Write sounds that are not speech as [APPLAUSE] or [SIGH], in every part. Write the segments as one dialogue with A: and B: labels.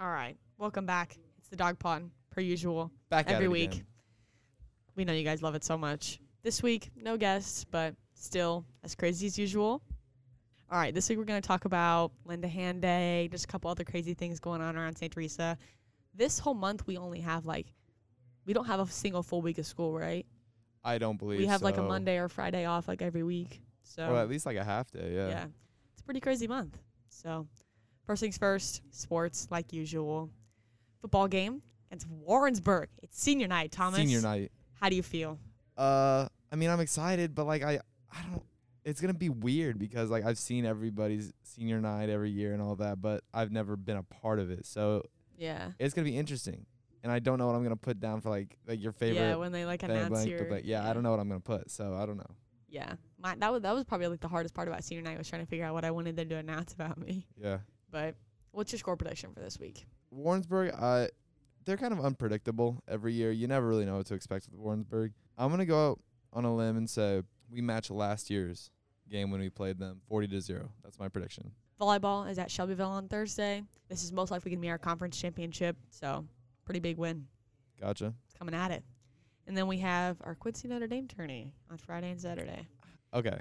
A: All right. Welcome back. It's the dog pond, per usual.
B: Back at
A: every
B: it
A: week.
B: again.
A: We know you guys love it so much. This week, no guests, but still as crazy as usual. All right, this week we're going to talk about Linda Hand Day, just a couple other crazy things going on around St. Teresa. This whole month, we only have like, we don't have a single full week of school, right?
B: I don't believe
A: we have like a
B: so.
A: Monday or Friday off like every week. So,
B: or at least like a half day. Yeah.
A: yeah, it's a pretty crazy month. So, first things first, sports like usual. Football game against Warrensburg. It's senior night, Thomas.
B: Senior night.
A: How do you feel?
B: Uh, I mean, I'm excited, but like I, I don't. It's gonna be weird because like I've seen everybody's senior night every year and all that, but I've never been a part of it. So
A: Yeah.
B: it's gonna be interesting, and I don't know what I'm gonna put down for like like your favorite.
A: Yeah, when they like
B: thing,
A: announce
B: blank,
A: your.
B: but, like, yeah, I don't know what I'm gonna put, so I don't know.
A: Yeah, my, that was that was probably like the hardest part about senior night was trying to figure out what I wanted them to announce about me.
B: Yeah,
A: But what's your score prediction for this week?
B: Warrensburg, uh, they're kind of unpredictable every year. You never really know what to expect with Warrensburg. I'm gonna go out on a limb and say we match last year's game when we played them, 40 to zero. That's my prediction.
A: Volleyball is at Shelbyville on Thursday. This is most likely gonna be our conference championship, so pretty big win.
B: Gotcha.
A: It's coming at it. And then we have our Quincy Notre Dame tourney on Friday and Saturday.
B: Okay,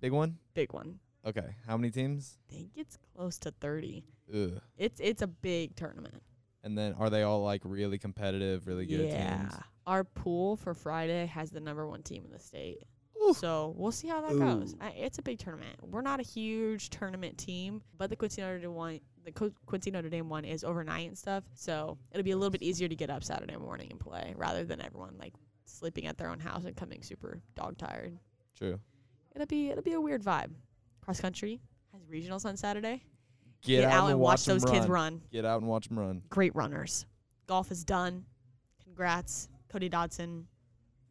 B: big one.
A: Big one.
B: Okay, how many teams?
A: I think it's close to thirty.
B: Ugh.
A: It's it's a big tournament.
B: And then are they all like really competitive, really good
A: yeah.
B: teams?
A: Our pool for Friday has the number one team in the state.
B: Oof.
A: So we'll see how that
B: Ooh.
A: goes. I, it's a big tournament. We're not a huge tournament team, but the Quincy Notre Dame one, the Co- Quincy Notre Dame one is overnight and stuff. So it'll be a little bit easier to get up Saturday morning and play rather than everyone like sleeping at their own house and coming super dog tired.
B: True.
A: It'll be it'll be a weird vibe. Cross country has regionals on Saturday.
B: Get,
A: out, and watch
B: 'em
A: those kids run.
B: Get out and watch them run.
A: Great runners. Golf is done. Congrats, Cody Dodson.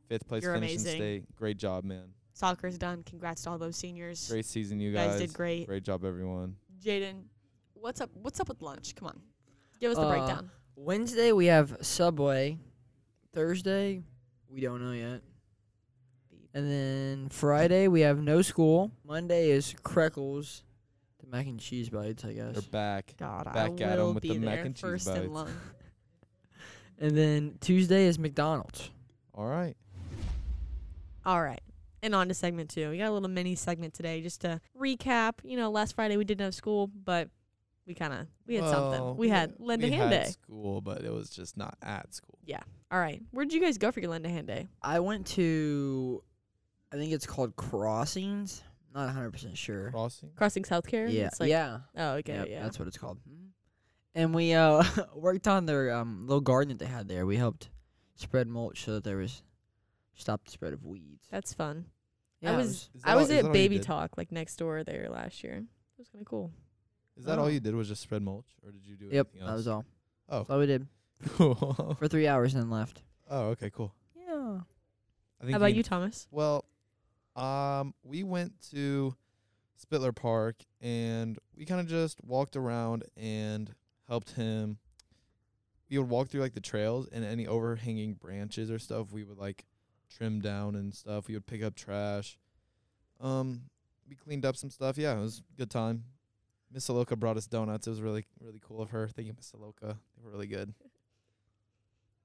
B: Fifth place
A: You're
B: finish
A: amazing.
B: in state. Great job, man.
A: Soccer is done. Congrats to all those seniors.
B: Great season, you
A: you
B: guys.
A: guys did great.
B: Great job, everyone.
A: Jaden, what's up? What's up with lunch? Come on, give us the
C: Uh,
A: breakdown.
C: Wednesday we have Subway. Thursday, we don't know yet. And then Friday we have no school. Monday is Crackles, the mac and cheese bites, I guess.
B: They're back.
A: God,
B: back
A: I
B: at 'em
A: will
B: with
A: be
B: the mac
A: there
B: and cheese
A: first
B: bites.
A: in line.
C: And then Tuesday is McDonald's.
B: All right.
A: All right. And on to segment two. We got a little mini segment today just to recap. You know, last Friday we didn't have school, but we kind of we had
B: Well,
A: something. We had Linda
B: we
A: Hand
B: had
A: Day.
B: school, but it was just not at school.
A: All right. Where did you guys go for your Linda Hand Day?
C: I went to, I think it's called Crossings. Not 100% sure.
B: Crossing.
A: Crossings Healthcare.
C: Yeah.
A: It's like,
C: yeah.
A: Oh, okay.
C: Yep,
A: yeah.
C: That's what it's called. And we uh, [LAUGHS] worked on their um, little garden that they had there. We helped spread mulch so that there was stop the spread of weeds.
A: That's fun.
C: it
A: was-
B: Is that
A: I
B: all-
A: was
B: is that
A: at
B: all you
A: Baby
B: did?
A: Talk, like next door there last year. It was kind of cool.
B: Is that all
C: Oh.
B: you did? Was just spread mulch, or did you do
C: Yep,
B: anything
C: that
B: else?
C: was all.
B: Oh.
C: That's all we did
B: Cool. [LAUGHS]
C: for three hours and then left.
B: oh, okay, cool.
C: Yeah.
B: I think
A: How about you, Thomas?
B: Well, um, we went to Spittler Park and we kind of just walked around and helped him. We would walk through like the trails and any overhanging branches or stuff we would like trim down and stuff. We would pick up trash. Um, we cleaned up some stuff. Yeah, it was a good time. Miss Saloka brought us donuts. It was really really cool of her. Thank you, Miss Saloka. They were really good.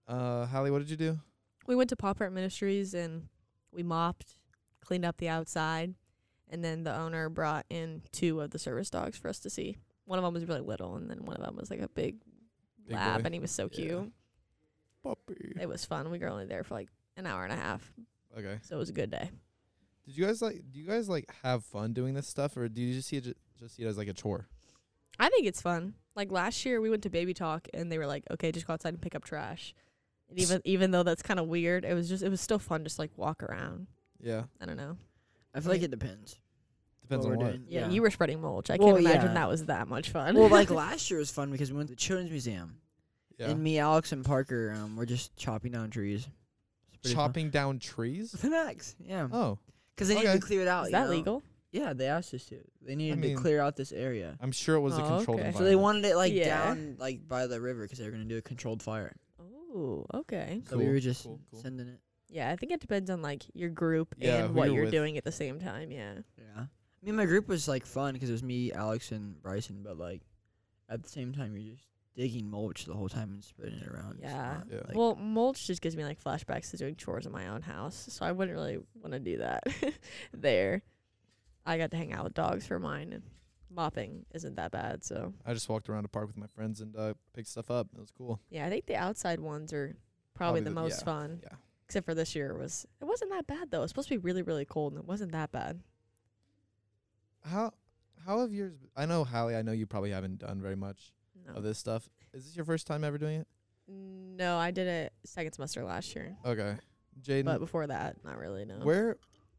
B: Uh, Hallie, what did you do?
A: We went to Pop Art Ministries and we mopped, cleaned up the outside, and then the owner brought in two of the service dogs for us to see. One of them was really little, and then one of them was like a big,
B: Big
A: lab,
B: boy.
A: and he was so
B: [LAUGHS] Yeah.
A: cute.
B: Puppy.
A: It was fun. We were only there for like an hour and a half,
B: Okay.
A: so it was a good day.
B: Did you guys like? Do you guys like have fun doing this stuff, or do you just see it ju- just see it as like a chore?
A: I think it's fun. Like last year, we went to Baby Talk, and they were like, "Okay, just go outside and pick up trash." And even even though that's kind of weird, it was just it was still fun. Just like walk around.
B: Yeah,
A: I don't know.
C: I feel like it depends.
B: depends
C: what
B: on
C: we're
B: what.
C: doing.
A: Yeah, you were spreading mulch. I
C: Well,
A: can't imagine
C: yeah.
A: that was that much fun. [LAUGHS]
C: well, [LAUGHS] like last year was fun because we went to the Children's Museum.
B: Yeah,
C: And me, Alex, and Parker um, were just chopping down trees. It's pretty [LAUGHS] fun.
B: chopping down trees.
C: Panax, yeah.
B: [LAUGHS] Oh,
C: Because they
B: Okay.
C: needed to clear it out.
A: is
C: you
A: that
C: know?
A: legal?
C: Yeah, they asked us to. They needed
B: mean-
C: to clear out this area.
B: I'm sure it was a
A: Oh,
B: controlled
A: okay.
B: environment.
C: So they wanted it like
A: Yeah.
C: down like by the river because they were gonna do a controlled fire.
A: Oh, okay.
C: So we
B: Cool,
C: were just
B: cool, cool.
C: sending it.
A: Yeah, I think it depends on like your group
B: Yeah,
A: and
B: who
A: what
B: you're
A: you're
B: with.
A: doing at the same time. Yeah.
C: Yeah. I mean, my group was like fun because it was me, Alex, and Bryson. But like at the same time, you're just digging mulch the whole time and spreading it around. It's
A: Yeah.
C: not,
B: Yeah.
C: like-
A: well, mulch just gives me like flashbacks to doing chores in my own house, so I wouldn't really want to do that [LAUGHS] there. I got to hang out with dogs for mine, and mopping isn't that bad. So
B: I just walked around a park with my friends and uh, picked stuff up. It was cool.
A: yeah, I think the outside ones are probably,
B: Probably
A: the
B: the-
A: most
B: yeah,
A: fun.
B: yeah.
A: Except for this year it was it wasn't that bad though. It's supposed to be really really cold and it wasn't that bad.
B: How how have yours? I know Hallie. I know you probably haven't done very much
A: No,
B: of this stuff. Is this your first time ever doing it?
A: no, I did it second semester last year,
B: Okay,
A: but
B: Jaden,
A: before that, not really. No.
B: where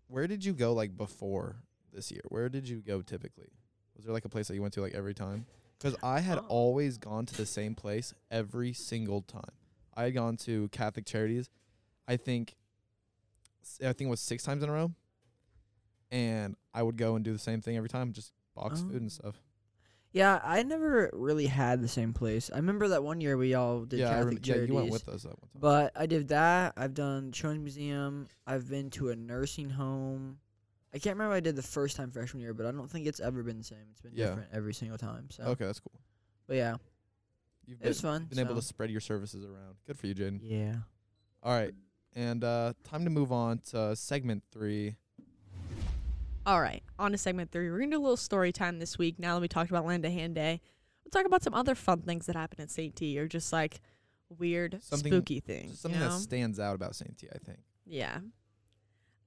B: where did you go like before this year? Where did you go typically? Was there like a place that you went to like every time? 'Cause I had
C: Um.
A: Oh.
B: always gone to the same place every single time. I had gone to Catholic Charities. I think s- I think it was six times in a row, and I would go and do the same thing every time, just box food
C: Oh.
B: and stuff.
C: yeah, I never really had the same place. I remember that one year we all did
B: I
C: Catholic
B: remem- yeah,
C: charities.
B: you went with us that one time.
C: But I did that. I've done Children's Museum. I've been to a nursing home. I can't remember what I did the first time freshman year, but I don't think it's ever been the same. It's been
B: Yeah.
C: different every single time. So,
B: okay, that's cool.
C: but yeah,
B: You've
C: it
B: been,
C: was fun.
B: been able to
C: so-
B: spread your services around. Good for you, Jaden.
C: yeah.
B: All right, and uh, time to move on to segment three.
D: All right, on to segment three. We're gonna do a little story time this week. Now that we talked about Landahan Day, we'll talk about some other fun things that happen at St. T, or just like weird,
B: Something-
D: spooky things.
B: Something
D: you know?
B: that stands out about Saint T, I think.
A: yeah.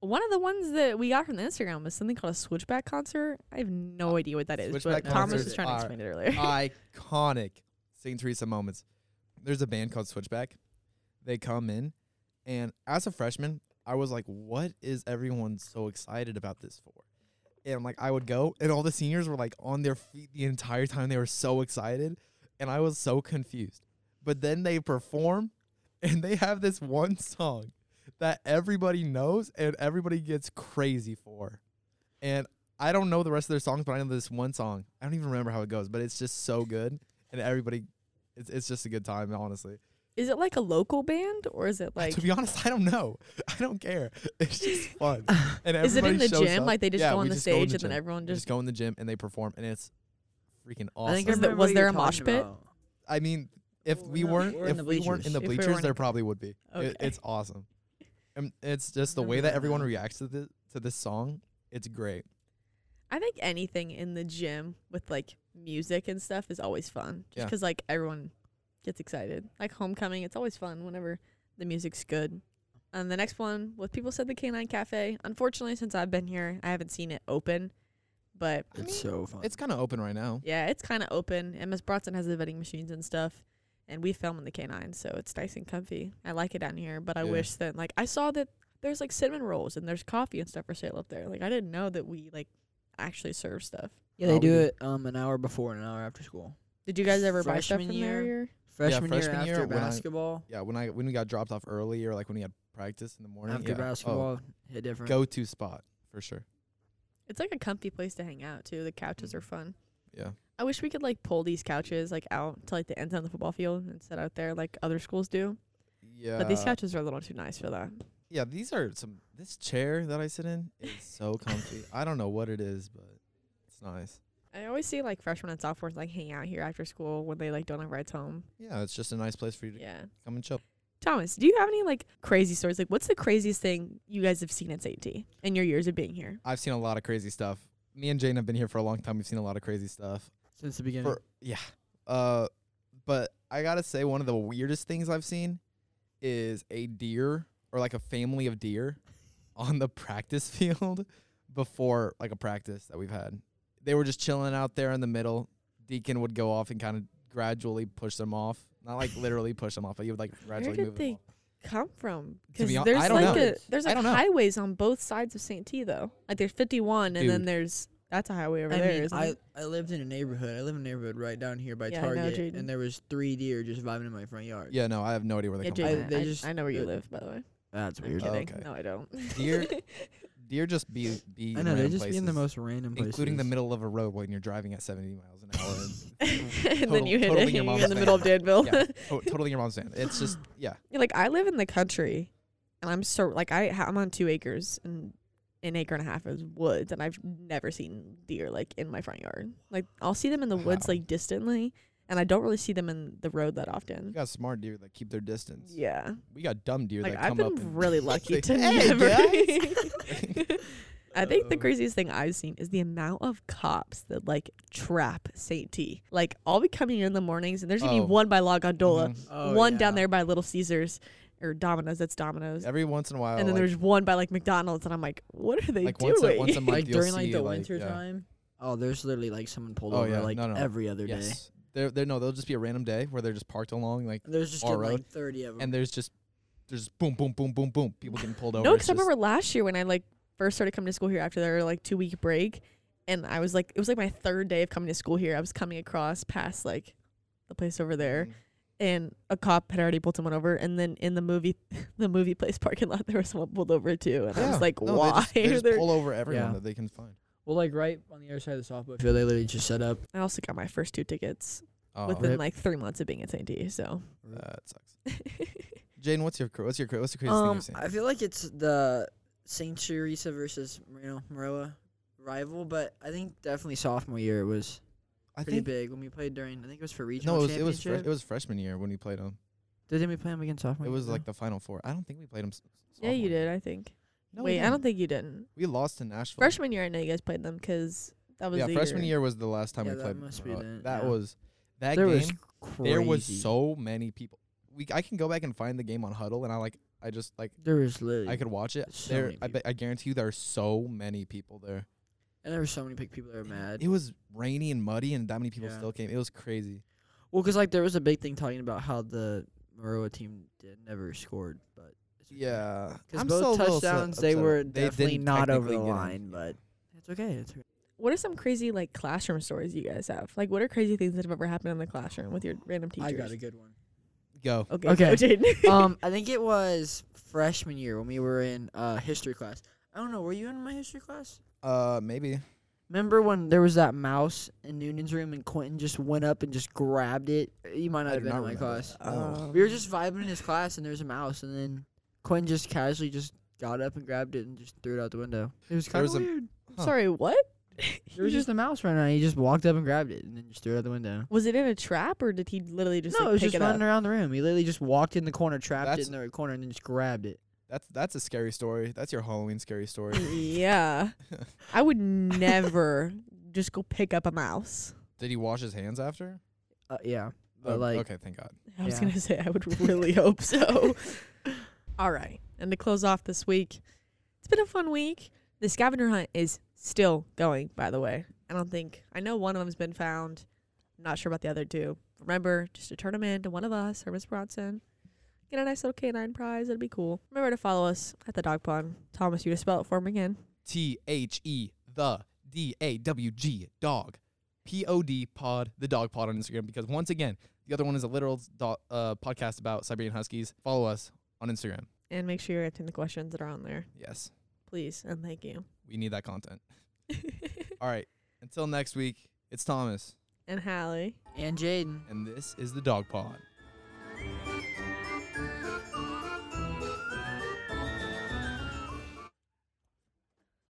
D: One of the ones that we got from the Instagram was something called a switchback concert. I have no idea what that is,
B: Uh, Switchback
D: but Thomas
C: concerts
D: was trying to
B: are-
D: explain it earlier.
B: [LAUGHS] Iconic Saint Teresa moments. There's a band called Switchback. They come in, and as a freshman, I was like, "What is everyone so excited about this for?" And like, I would go, and all the seniors were like on their feet the entire time. They were so excited, and I was so confused. But then they perform, [LAUGHS] and they have this one song that everybody knows and everybody gets crazy for. And I don't know the rest of their songs, but I know this one song. I don't even remember how it goes, but it's just so good, and everybody, it's it's just a good time, honestly.
A: Is it like a local band or is it like
B: to be honest, I don't know. [LAUGHS] I don't care. It's just
A: [LAUGHS]
B: fun. And
A: is it in
B: everybody
A: the
B: shows
A: gym?
B: up.
A: Like they just
B: Yeah,
A: go on
B: we
A: the
B: just
A: stage
B: in the
A: and then
B: gym.
A: everyone
B: We
A: just
B: just go in the gym and they perform, and it's freaking
C: I
B: awesome.
C: think
A: I remember
C: I remember
A: was
C: what
A: there
C: you're
A: a mosh
C: talking
A: pit?
C: about.
B: I mean, if
C: Well,
B: we
C: we're not-
B: weren't
C: we're in
B: if
C: the
B: we weren't in
C: bleachers.
B: the
A: If we were
B: bleachers,
A: in
B: there
A: the-
B: probably would be.
A: Okay.
B: It, it's awesome. And it's just the
C: Never
B: way that
C: done
B: everyone
C: that.
B: reacts to this to this song. It's great.
A: I think anything in the gym with like music and stuff is always fun. Just
B: Yeah.
A: 'cause like everyone gets excited. Like homecoming, it's always fun whenever the music's good. And the next one, what people said the Canine Cafe. Unfortunately, since I've been here, I haven't seen it open. But
B: I mean,
C: It's so fun.
B: it's kind of open right now.
A: yeah, it's kind of open. And Miss Bronson has the vending machines and stuff. And we film in the Canine, so it's nice and comfy. I like it down here, but I
B: Yeah.
A: wish that like I saw that there's like cinnamon rolls and there's coffee and stuff for sale up there. Like I didn't know that we like actually serve stuff.
C: yeah, they
B: Probably
C: do
B: do.
C: it um an hour before and an hour after school.
A: Did you guys ever buy stuff
C: Freshman
A: from
C: year?
A: there?
C: Freshman,
B: freshman
C: year
B: year
C: after
B: when I-
C: basketball,
B: Yeah, when I when we got dropped off early or like when we had practice in the morning.
C: after
B: yeah.
C: basketball, hit
B: oh,
C: different.
B: go to spot for sure.
A: It's like a comfy place to hang out too. The couches are fun.
B: Yeah,
A: I wish we could like pull these couches like out to like the end zone of the football field and sit out there like other schools do.
B: yeah.
A: but these couches are a little too nice for that.
B: yeah, these are some. This chair that I sit in is so comfy. I don't know what it is, but it's nice.
A: I always see like freshmen and sophomores like hang out here after school when they like don't have rides home.
B: Yeah, it's just a nice place for you to
A: Yeah.
B: come and chill.
A: Thomas, do you have any like crazy stories? Like what's the craziest thing you guys have seen at St. in your years of being here?
B: I've seen a lot of crazy stuff. Me and Jane have been here for a long time. We've seen a lot of crazy stuff.
C: since the beginning.
B: For, yeah. Uh, but I gotta say, one of the weirdest things I've seen is a deer or like a family of deer [LAUGHS] on the practice [LAUGHS] field before like a practice that we've had. They were just chilling out there in the middle. Deacon would go off and kind of gradually push them off. Not like literally push them off, but he would like gradually
A: did
B: move
A: they
B: them off.
A: Come from
B: To
A: because
B: be hon-
A: there's
B: I don't
A: like
B: know.
A: a there's
B: I
A: like
B: don't know.
A: highways on both sides of St. T though. Like there's 51 and then
B: Dude.
A: there's that's a highway over
C: I
A: there.
C: mean,
A: isn't
C: I,
A: it?
C: I lived in a neighborhood. I live in a neighborhood right down here by
A: Yeah, I know,
C: Target,
A: Jaden.
C: and there was three deer just vibing in my front yard.
B: Yeah, no, I have no idea where they
A: Yeah,
B: come
A: Jake,
C: I-
A: I,
C: they
A: I-
C: just-
A: I know where you
C: uh,
A: live, by the way.
C: that's
A: I'm
C: weird.
B: Oh,
A: kidding.
B: okay.
A: No, I don't.
B: from. Deer, deer just be be.
C: I know they
B: random
C: just be in the
B: places,
C: most random places,
B: including the middle of a road when you're driving at 70 miles an hour.
A: [LAUGHS]
B: and
A: [LAUGHS] and then
B: Total-
A: you hit
B: totaling
A: it [LAUGHS] you're
B: your mom's
A: in the middle of
B: van.
A: Danville.
B: yeah, to- totally your mom's van. It's just yeah,
A: You're like I live in the country, and I'm so like I ha- I'm on two acres and an acre and a half is woods, and I've never seen deer like in my front yard. Like I'll see them in the woods
B: Wow.
A: like distantly, and I don't really see them in the road that
B: You
A: often.
B: got smart deer that keep their distance.
A: Yeah,
B: We got dumb deer
A: like
B: that
A: I've
B: come up.
A: been
B: and- [LAUGHS]
A: really lucky
B: like,
A: to
B: "Hey,
A: never. [LAUGHS]
B: guys."
A: I think the
B: Uh.
A: craziest thing I've seen is the amount of cops that like trap St. T. Like I'll be coming in the mornings and there's gonna
B: Oh.
A: be one by La Gondola,
B: Mhm.
A: one
C: Oh,
A: down
C: yeah.
A: there by Little Caesars or Domino's. That's Domino's.
B: [LAUGHS] Every once in a while,
A: and then
B: Uh, like,
A: there's one by like McDonald's, and I'm like, what are they
B: like
A: doing?
B: once a, once a month,
C: Like
B: you'll
C: during like
B: see,
C: the winter
B: yeah.
C: time. Oh, there's literally like someone pulled
B: Oh,
C: over
B: yeah.
C: like
B: No, no.
C: every other day.
B: Yes, there, there. No, there'll just be a random day where they're just parked along, like,
C: And there's just
B: Our
C: getting,
B: road.
C: like thirty of them.
B: and there's just, there's boom, boom, boom, boom, boom. People getting pulled over.
A: [LAUGHS] No,
B: It's
A: because I
B: just-
A: remember last year when I like first started coming to school here after their like two week break, and I was like, it was like my third day of coming to school here. I was coming across past like the place over there,
B: Mhm.
A: and a cop had already pulled someone over, and then in the movie, [LAUGHS] the movie place parking lot, [LAUGHS] there was someone pulled over too, and I
B: Yeah.
A: was like,
B: No,
A: why?
B: They just, they
A: They're-
B: just pull over everyone
C: Yeah.
B: that they can find.
C: well, like right on the other side of the softball field, they literally just set up.
A: I also got my first two tickets
B: Oh,
A: within
C: Rip.
A: like three months of being at St. D. So, [LAUGHS]
B: that sucks. Jane, what's your cra- what's your cra- what's the craziest thing
C: Um,
B: you've seen?
C: I feel like it's the Saint Teresa versus Moreno Maroa rival, but I think definitely sophomore year it was
B: I
C: pretty
B: think
C: big when we played during. I think it was for regional
B: no, it was it was
C: championship.
B: fresh, it was freshman year when we played um, them.
C: Didn't we play them against sophomore?
B: It
C: year,
B: was
C: no?
B: like the final four. I don't think we played them.
A: yeah, you did, I think.
B: No,
A: Wait,
B: we
A: I
B: didn't.
A: don't think you didn't.
B: We lost to Nashville.
A: Freshman year, I know you guys played them because that was
B: yeah,
A: the
B: freshman year was the last time
C: Yeah,
B: we
C: that
B: played.
C: must be
B: uh,
C: the-
B: that
C: yeah.
B: was that
C: there
B: game.
C: was crazy.
B: there was so many people. We I can go back and find the game on Huddle, and I like I just like
C: there was literally
B: I could watch it.
C: so
B: there,
C: many
B: I bet I guarantee you there are so many people there.
C: and there were so many big people that were mad.
B: It was rainy and muddy, and that many people
C: Yeah.
B: still came. It was crazy.
C: Well, 'cause like there was a big thing talking about how the Maroa team did never scored, but it's okay.
B: Yeah,
C: because both touchdowns they were definitely not over the line, but it's okay. It's okay.
A: What are some crazy like classroom stories you guys have? Like, what are crazy things that have ever happened in the classroom with your random teachers?
C: I got a good one.
B: go.
A: Okay.
C: Okay.
A: Go,
B: [LAUGHS]
A: Jaden. [LAUGHS]
C: um, I think it was freshman year when we were in uh history class. I don't know. Were you in my history class?
B: Uh, maybe.
C: Remember when there was that mouse in Noonan's room and Quentin just went up and just grabbed it? You might not
B: I
C: have
B: do
C: been
B: not
C: in my
B: remember
C: class.
B: that. Oh.
A: Um,
C: We were just vibing in his class and there was a mouse and then Quentin just casually just got up and grabbed it and just threw it out the window. It was
B: There
C: kind of
B: was a-
C: weird.
B: Huh.
A: Sorry, what? [LAUGHS]
C: There was just a mouse running around. He just walked up and grabbed it and then just threw it out the window.
A: Was it in a trap or did he literally just
C: no,
A: like,
C: it was
A: pick
C: just
A: it
C: running
A: up?
C: around the room. He literally just walked in the corner, trapped
B: That's-
C: it in the corner, and then just grabbed it.
B: That's that's a scary story. That's your Halloween scary story.
C: Mm. [LAUGHS]
A: yeah. I would never just go pick up a mouse.
B: Did he wash his hands after?
C: Uh, yeah, but
B: Oh,
C: like
B: okay, thank God.
A: I was
C: Yeah.
A: gonna say I would really hope so. [LAUGHS] All right. And to close off this week, it's been a fun week. The scavenger hunt is still going, by the way. I don't think I know one of them's been found. I'm not sure about the other two. Remember, just to turn them in to one of us or Miss Bronson. Get a nice little canine prize. That'd be cool. Remember to follow us at the dog pond. Thomas, you to spell it for me again.
B: T H E the D A W G dog. P O D pod, the dog pod on Instagram. Because once again, the other one is a literal dog, uh, podcast about Siberian Huskies. Follow us on Instagram.
A: And make sure you're answering the questions that are on there.
B: Yes,
A: Please and thank you. [LAUGHS]
B: we need that
C: [LAUGHS]
B: content. All right, until next week, it's Thomas,
A: and Hallie.
C: and Jaden.
B: and this is the dog pod.